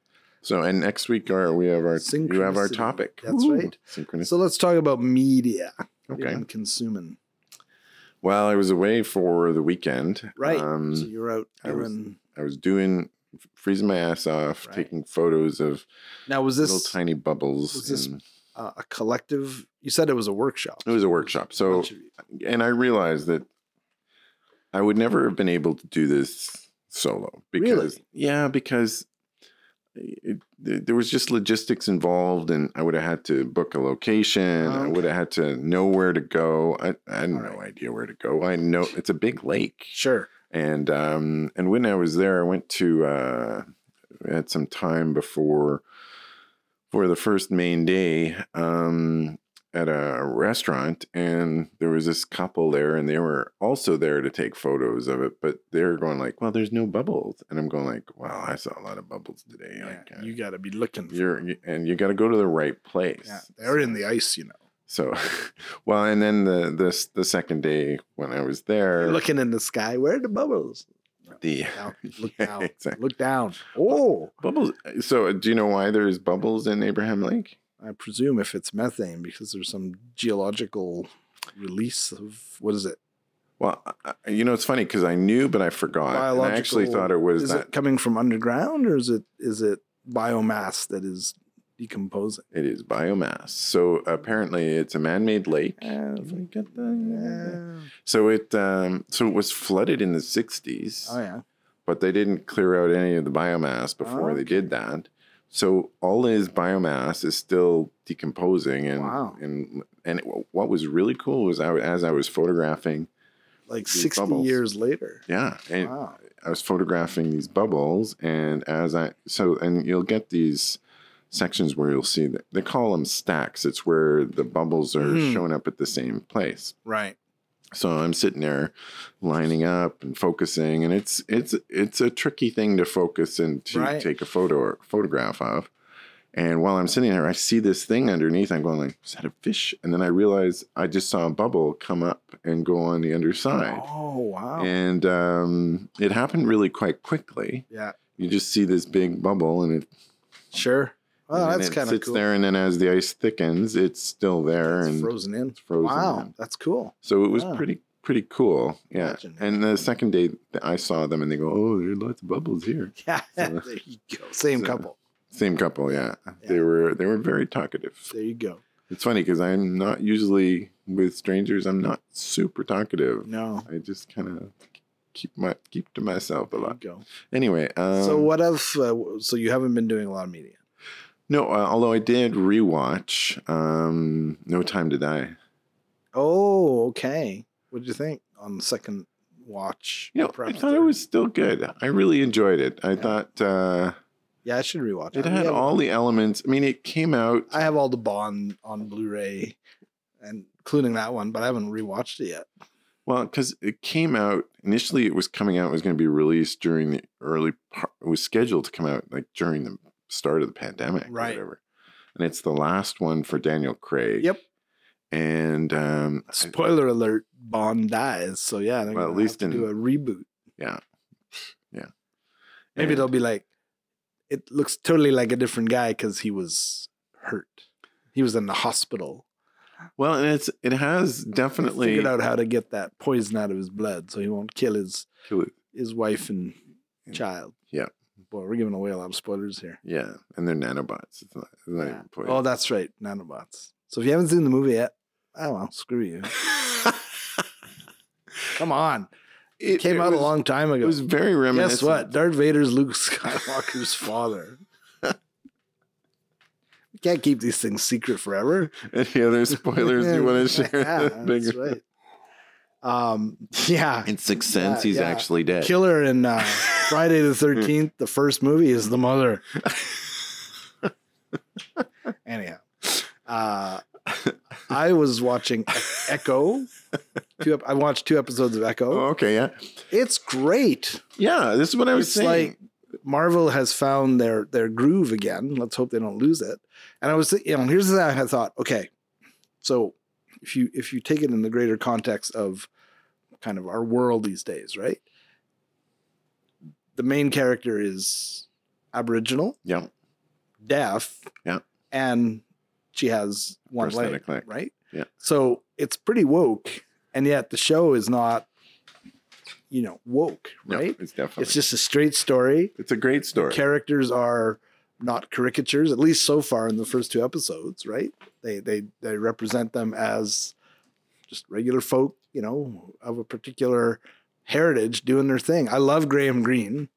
So, and next week our we have our you have our Synchronicity. topic. That's right. Synchronicity. So let's talk about media. What okay. you've been consuming. Well, I was away for the weekend. Right. Um, so you're out I was- doing. I was doing freezing my ass off, Right. taking photos of Now was little this tiny bubbles. was this- and- uh, a collective? You said it was a workshop. it was a workshop. A So, bunch of you. and I realized that I would never have been able to do this solo because, Really? yeah, because it, there was just logistics involved, and I would have had to book a location. Oh, I Okay. would have had to know where to go. I, I had All no idea where to go. I know it's a big lake, Sure. and um, and when I was there, I went to uh, at some time before for the first main day um, at a restaurant, and there was this couple there, and they were also there to take photos of it, but they were going like, "Well, there's no bubbles," and I'm going like, "Wow, I saw a lot of bubbles today." Yeah, like, uh, you got to be looking. For, you're and you got to go to the right place. yeah, they're in the ice, you know. So, well, and then the this the second day when I was there, You're looking in the sky. Where are the bubbles? the Down. Look Yeah, down. exactly. Look down. Oh, Bubbles. So, uh, do you know why there's bubbles in Abraham Lake? I presume if it's methane, because there's some geological release of what is it? Well, I- I- you know, it's funny because I knew, but I forgot. And I actually Biological- thought it was Is that it coming from underground, or is it is it biomass that is decomposing? it is biomass. So apparently, it's a man-made lake. If I get that- Yeah. So it um, so it was flooded in the '60s, Oh yeah. but they didn't clear out any of the biomass before they did that. So all his biomass is still decomposing, and Wow. and and what was really cool was I as I was photographing, Like These sixty bubbles. years later. yeah, and Wow. I was photographing these bubbles, and as I so, and you'll get these sections where you'll see that they call them stacks. It's where the bubbles are Mhm. showing up at the same place. Right. So I'm sitting there, lining up and focusing, and it's it's it's a tricky thing to focus and to Right. take a photo or photograph of. And while I'm sitting there, I see this thing underneath. I'm going like, is that a fish? And then I realize I just saw a bubble come up and go on the underside Oh wow. and um, it happened really quite quickly. Yeah. You just see this big bubble, and it, Sure. Oh, and that's it kind of sits cool. there. And then as the ice thickens, it's still there It's and frozen in. it's frozen. wow, in. that's cool. So it was Yeah. pretty pretty cool. Yeah. Imagine. And the second day that I saw them, and they go, "Oh, there are lots of bubbles here." Yeah, So- there you go. Same so- couple. Same couple, yeah. They Yeah. were they were very talkative. There you go. It's funny because I'm not usually with strangers. I'm not super talkative. No, I just kind of keep my keep to myself a there you lot. go. Anyway, um, so what else? Uh, so you haven't been doing a lot of media. No, uh, although I did rewatch um, No Time to Die. Oh, okay. What did you think on the second watch? You know, or perhaps I thought it third? was still good. I really enjoyed it. I Yeah. thought uh, Yeah, I should rewatch it I had have- all the elements. I mean, it came out. I have all the Bond on Blu-ray, and including that one, but I haven't rewatched it yet. Well, because it came out initially, it was coming out. It was going to be released during the early. Part, it was scheduled to come out like during the start of the pandemic, Right. Or whatever. And it's the last one for Daniel Craig. Yep. And um, I- Spoiler alert: Bond dies. So yeah, they're Well, at gonna least have to in- do a reboot. Maybe and- they'll be like, it looks totally like a different guy because he was hurt. He was in the hospital. well, and it's it has They definitely figured out how to get that poison out of his blood so he won't kill his his wife and Yeah. child. Yeah. Boy, we're giving away a lot of spoilers here. Yeah, and they're nanobots. It's not, it's not Yeah. even poison. Oh, that's right, nanobots. So if you haven't seen the movie yet, oh well, screw you. Come on, it, came out was, a long time It ago. was very reminiscent. Guess what? Darth Vader's Luke Skywalker's father. We can't keep these things secret forever. Any other spoilers you want to share? Yeah, that's right. Um, yeah, In Sixth Sense, Yeah, he's yeah. actually dead. killer in uh, Friday the Thirteenth. The first movie is the mother. Anyhow, uh, I was watching E- Echo. Two, ep- I watched two episodes of oh, Echo. okay, yeah, It's great. yeah. This is what I was It's saying. like- Marvel has found their their groove again. Let's hope they don't lose it. And I was, thi- you know, here's the thing I thought. Okay, so if you if you take it in the greater context of kind of our world these days, right? The main character is Aboriginal, yeah, deaf, Yeah. and she has one leg, Prosthetic leg. right? Yeah. So it's pretty woke, and yet the show is not, you know, woke, No, right? It's definitely. It's It's, just a straight story a great story. characters are not caricatures, at least so far in the first two episodes, right? They they they represent them as just regular folk, you know, of a particular heritage doing their thing. I love Graham Greene.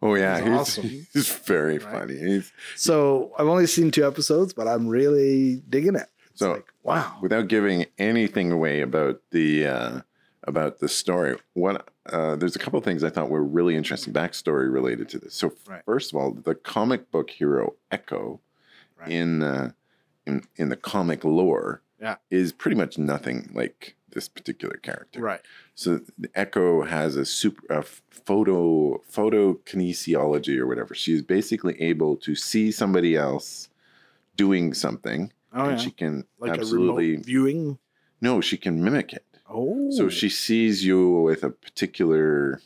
Oh yeah, He's he's, awesome. he's very Right? funny. He's So I've only seen two episodes, but I'm really digging it. It's So- like, wow. without giving anything away about the uh, about the story. What uh, there's a couple of things I thought were really interesting backstory related to this. So Right. first of all, the comic book hero Echo Right. in uh, in in the comic lore Yeah. is pretty much nothing like this particular character. Right. So the Echo has a super a photo photokinesiology or whatever. She's basically able to see somebody else doing something, Oh, and yeah. she can Like a absolutely remote viewing. no, she can mimic it. Oh. So she sees you with a particular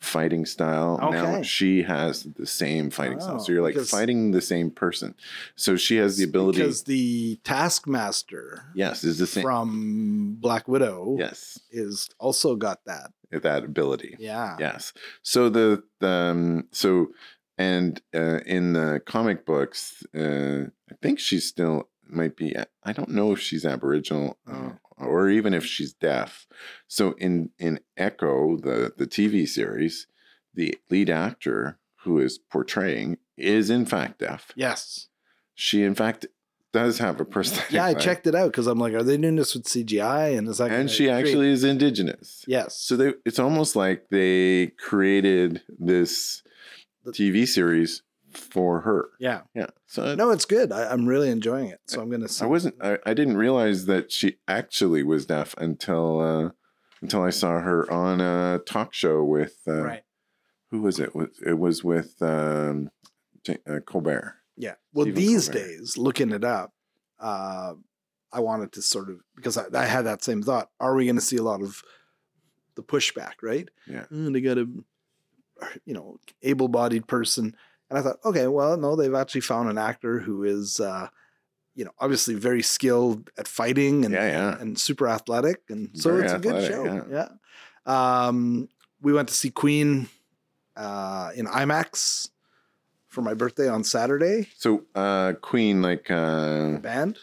fighting style. Now Okay. she has the same fighting style. So Oh, you're like because- fighting the same person. So she has the ability. Because the Taskmaster yes, is the same. from Black Widow yes, is also got that. that ability. Yeah. Yes. So the, the um, so and uh, in the comic books, uh, I think she still might be. I don't know if she's Aboriginal uh, Mm. or even if she's deaf. So in in Echo, the the TV series, the lead actor who is portraying is in fact deaf. Yes. She in fact does have a prosthetic. Mm. Yeah, I leg, checked it out because I'm like, are they doing this with CGI? And it's like, uh, and she actually is indigenous. yes. So they, it's almost like they created this TV series for her. Yeah. Yeah. So No, it's good. I, I'm really enjoying it. So I'm gonna. I See. wasn't. I, I didn't realize that she actually was deaf until uh, until I saw her on a talk show with uh, right. who was it? Was- It was with um, J- uh, Colbert. Yeah. Well, Stephen these Colbert. days, looking it up, uh, I wanted to sort of because I, I had that same thought. Are we going to see a lot of the pushback? Right. Yeah. "Oh, they got a, you know, able-bodied person, and I thought, okay, well, no, they've actually found an actor who is, uh, you know, obviously very skilled at fighting and yeah, yeah. and super athletic, and so Very it's a good athletic, show. Yeah. Um, we went to see Queen uh, in IMAX for my birthday on Saturday. So uh, Queen, like, uh, Band.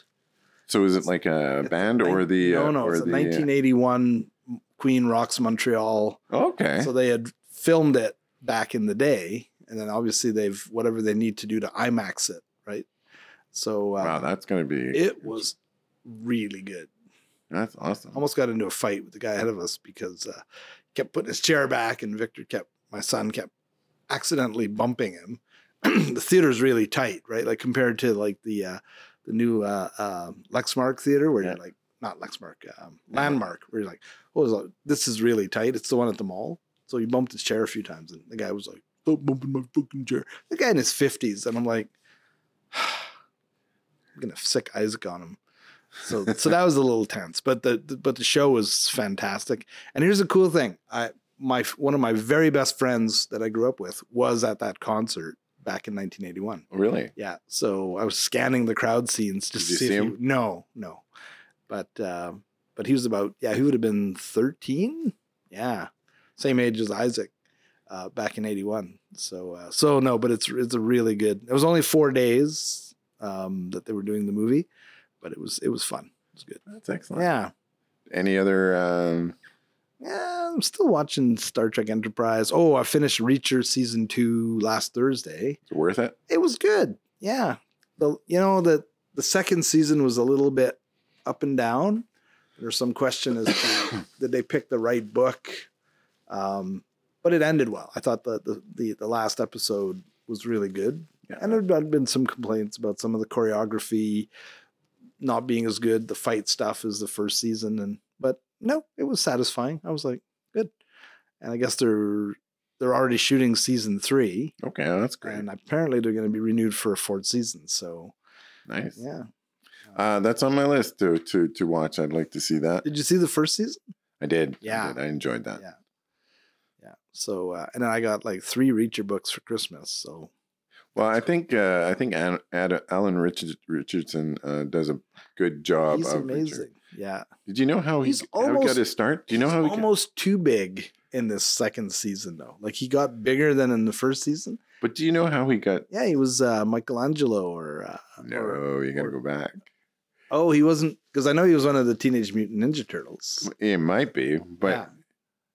so is it like a It's a band or nine- the uh, no, no, or it's a the, uh, 1981 Queen Rocks Montreal. Okay. So uh, they had filmed it back in the day, and then obviously they've whatever they need to do to IMAX it, right? So uh, wow, that's gonna be it was really good. that's awesome. almost got into a fight with the guy ahead of us because uh, he kept putting his chair back and Victor kept my son kept accidentally bumping him. the theater's really tight, right? Like compared to like the uh, the new uh, uh, Lexmark theater where you're Yeah. like not Lexmark, um, Landmark, where you're like, oh, this is really tight. It's the one at the mall. So he bumped his chair a few times, and the guy was like, "Stop bumping my fucking chair." The guy in his fifties, and I'm like, "I'm gonna sick Isaac on him." So, so that was a little tense, but the, the but the show was fantastic. And here's the cool thing: I my one of my very best friends that I grew up with was at that concert back in 1981. Really? Yeah, so I was scanning the crowd scenes just Did to you see, see if him? He, no, no, but uh, but he was about yeah he would have been 13. Yeah, same age as Isaac uh, back in '81. So uh, so no, but it's it's a really good. It was only four days um, that they were doing the movie, but it was it was fun. It was good. That's excellent. Yeah. Any other? Um, Yeah, I'm still watching Star Trek Enterprise. Oh, I finished Reacher season two last Thursday. is it worth it? It was good. Yeah, the you know the the second season was a little bit up and down. There's some question as to did they pick the right book, um, but it ended well. I thought the the the, the last episode was really good, Yeah. and there had been some complaints about some of the choreography not being as good. The fight stuff as the first season, and but no, it was satisfying. I was like good, and I guess they're they're already shooting season three. Okay, well, that's great. And apparently they're going to be renewed for a fourth season. So Nice. yeah. Uh, that's on my list to to to watch. I'd like to see that. Did you see the first season? I did. I Yeah. did. I, enjoyed that. Yeah. Yeah. So uh, and then I got like three Reacher books for Christmas. So Well, I think uh, I think An- Ad- Alan Richard- Richardson uh, does a good job. he's of Richard. amazing. Yeah. Did you know how He's he, how he got almost- his start? Do you know He's how he got- almost too big in this second season though. Like he got bigger than in the first season. But do you know how he got? Yeah, he was uh, Michelangelo or uh, No, or- you got to or- go back. oh he wasn't because I know he was one of the Teenage Mutant Ninja Turtles. It might be, but yeah.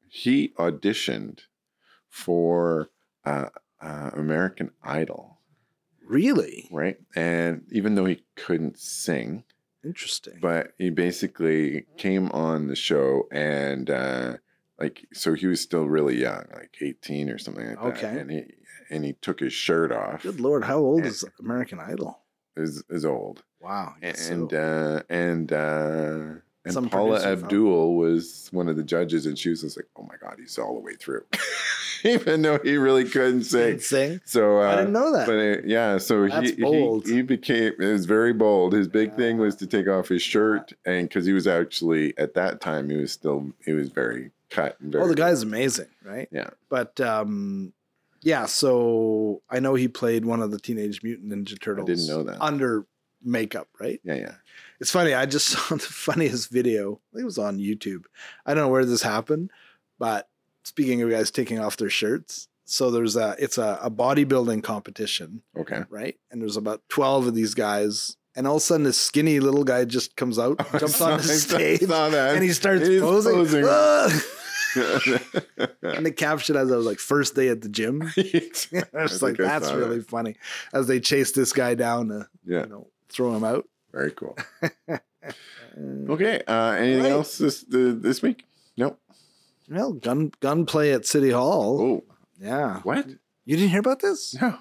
he auditioned for uh, uh, American Idol, Really right? And even though he couldn't sing, interesting. but he basically came on the show and uh, like so he was still really young, like eighteen or something like that. Okay. and he and he took his shirt off. Good lord, how old Yeah. is American Idol? Is is old. Wow. I guess so. and uh, and uh, and Some Paula producer fella. Abdul was one of the judges, and she was just like, "Oh my god, he's all the way through," even though he really couldn't sing. Good sing. So uh, I didn't know that. But uh, yeah, so That's he, he bold. he became it was very bold. His big thing Yeah. was to take off his shirt, and because he was actually at that time he was still he was very cut and very. Well, the guy's amazing, right? Yeah. But um, yeah. So I know he played one of the Teenage Mutant Ninja Turtles. know that. Under makeup, right? yeah, yeah. It's funny. I just saw the funniest video. I think it was on YouTube. I don't know where this happened, but speaking of guys taking off their shirts, so there's a it's a, a bodybuilding competition, Okay. right? And there's about twelve of these guys, and all of a sudden this skinny little guy just comes out, I jumps saw- on I the saw- stage, saw that. and he starts He's posing. posing. Ah! and the caption as I was like, first day at the gym. I was like, think I that's saw really funny. As they chase this guy down to yeah, you know throw him out. very cool. Uh, Okay. Uh, anything Right. else this the, this week? Nope. Well, gun gunplay at City Hall. Oh, Yeah. what? You didn't hear about this? No.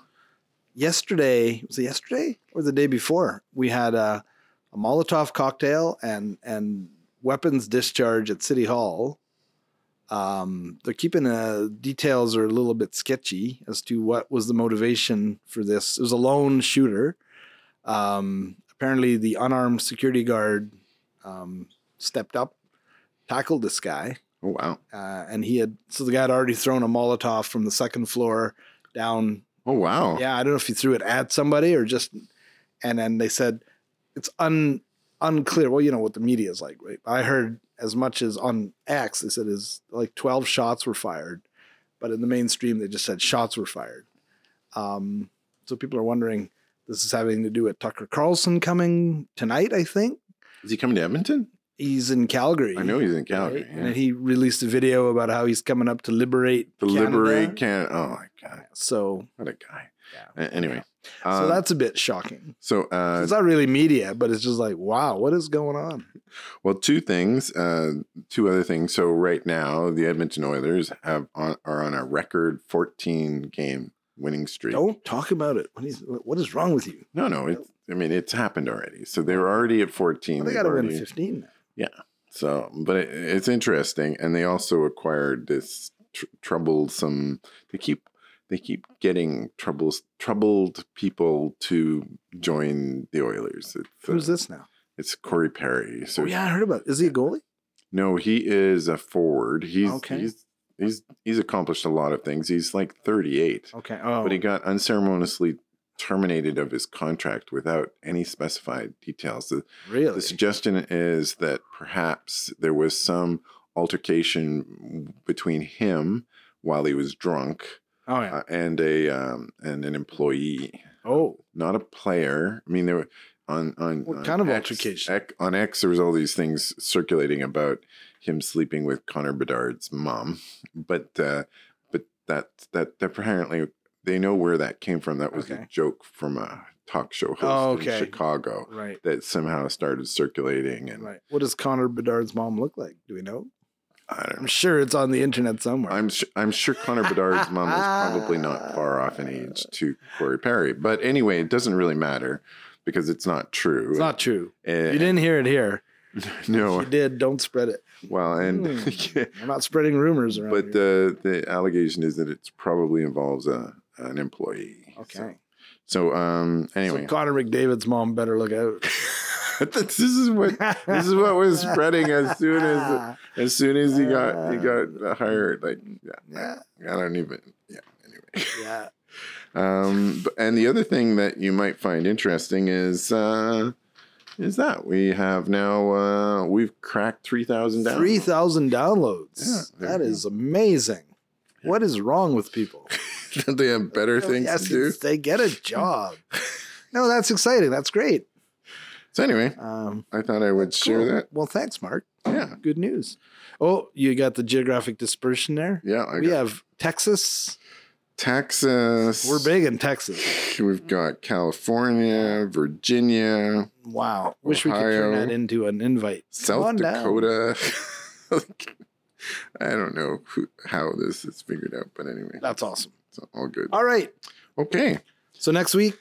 Yesterday was it yesterday or the day before? We had a, a Molotov cocktail and and weapons discharge at City Hall. Um, they're keeping uh, details are a little bit sketchy as to what was the motivation for this. It was a lone shooter. Um, apparently, the unarmed security guard um, stepped up, tackled this guy, Oh wow. uh, and he had so the guy had already thrown a Molotov from the second floor down. Oh wow. Yeah, I don't know if he threw it at somebody or just, and then they said it's un unclear. Well, you know what the media is like, right? I heard as much as on X they said is like twelve shots were fired, but in the mainstream they just said shots were fired. Um, so people are wondering this is having to do with Tucker Carlson coming tonight. I think Is he coming to Edmonton? he's in Calgary. I know he's in Calgary. Right? yeah. And then he released a video about how he's coming up to liberate To Canada. liberate Canada. Oh my god, So, what a guy. Yeah. A- anyway, so um, that's a bit shocking. so uh, it's not really media, but it's just like, wow, what is going on? well, two things, uh, two other things. So right now, the Edmonton Oilers have on, are on a record fourteen game winning streak. Don't talk about it. What is what is wrong with you? no, no. It's, I mean, it's happened already. So they were already at Well, fourteen. Oh. they They've got to win already- 15. now. So, but it, it's interesting, and they also acquired this tr- troublesome. They keep they keep getting troubles troubled people to join the Oilers. It's, uh, Who's this now? It's Corey Perry. So oh, yeah, I heard about it. Is he a goalie? no, he is a forward. He's Okay. he's he's he's accomplished a lot of things. He's like thirty eight, Okay. Oh, but he got unceremoniously terminated of his contract without any specified details. The- really? the suggestion is that perhaps there was some altercation between him while he was drunk oh, yeah. uh, and a um, and an employee, oh, not a player. I mean, there were on on, What on kind of X- altercation? X- on X, there was all these things circulating about him sleeping with Connor Bedard's mom, but uh, but that that apparently they know where that came from. That was Okay. a joke from a talk show host Oh, in okay. Chicago right. that somehow started circulating and Right. What does Connor Bedard's mom look like? Do we know? I don't I'm know. sure it's on the internet somewhere. I'm sure, I'm sure Connor Bedard's mom is probably not far off in age to Corey Perry, but anyway, it doesn't really matter because it's not true. it's not true. And- You didn't hear it here. If No, you did. Don't spread it. well, and Hmm. We're not spreading rumors around. but here. the the allegation is that it probably involves a an employee. Okay. uh, So, so, um, So anyway, Connor McDavid's mom better look out. this is what this is what was spreading as soon as as soon as he got Uh. he got hired. Like, yeah, Yeah. I don't even. Yeah, anyway. Yeah. Um, b- and the other thing that you might find interesting is uh, is that we have now uh, we've cracked three thousand down. Three thousand downloads. Yeah, there that you go. is amazing. What is wrong with people? Don't they have better things Oh, Yes, to do. it's- They get a job. no, that's exciting. That's great. So anyway, Um, I thought I would share cool. that. Well, thanks, Mark. Yeah, Good news. Oh, you got the geographic dispersion there. yeah. I we got- have Texas, Texas. We're mm-hmm. big in Texas. We've got California, Virginia, Wow. Wish we could turn Ohio. that into an invite. Come South on down. Dakota. Like, I don't know who, how this is figured out, but anyway, That's awesome. it's all good. All right. Okay, So next week,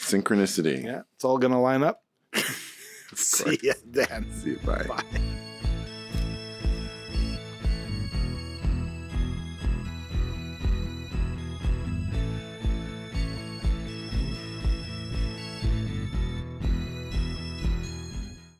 synchronicity. yeah, it's all going to line up. See ya then. See you. Bye. Bye.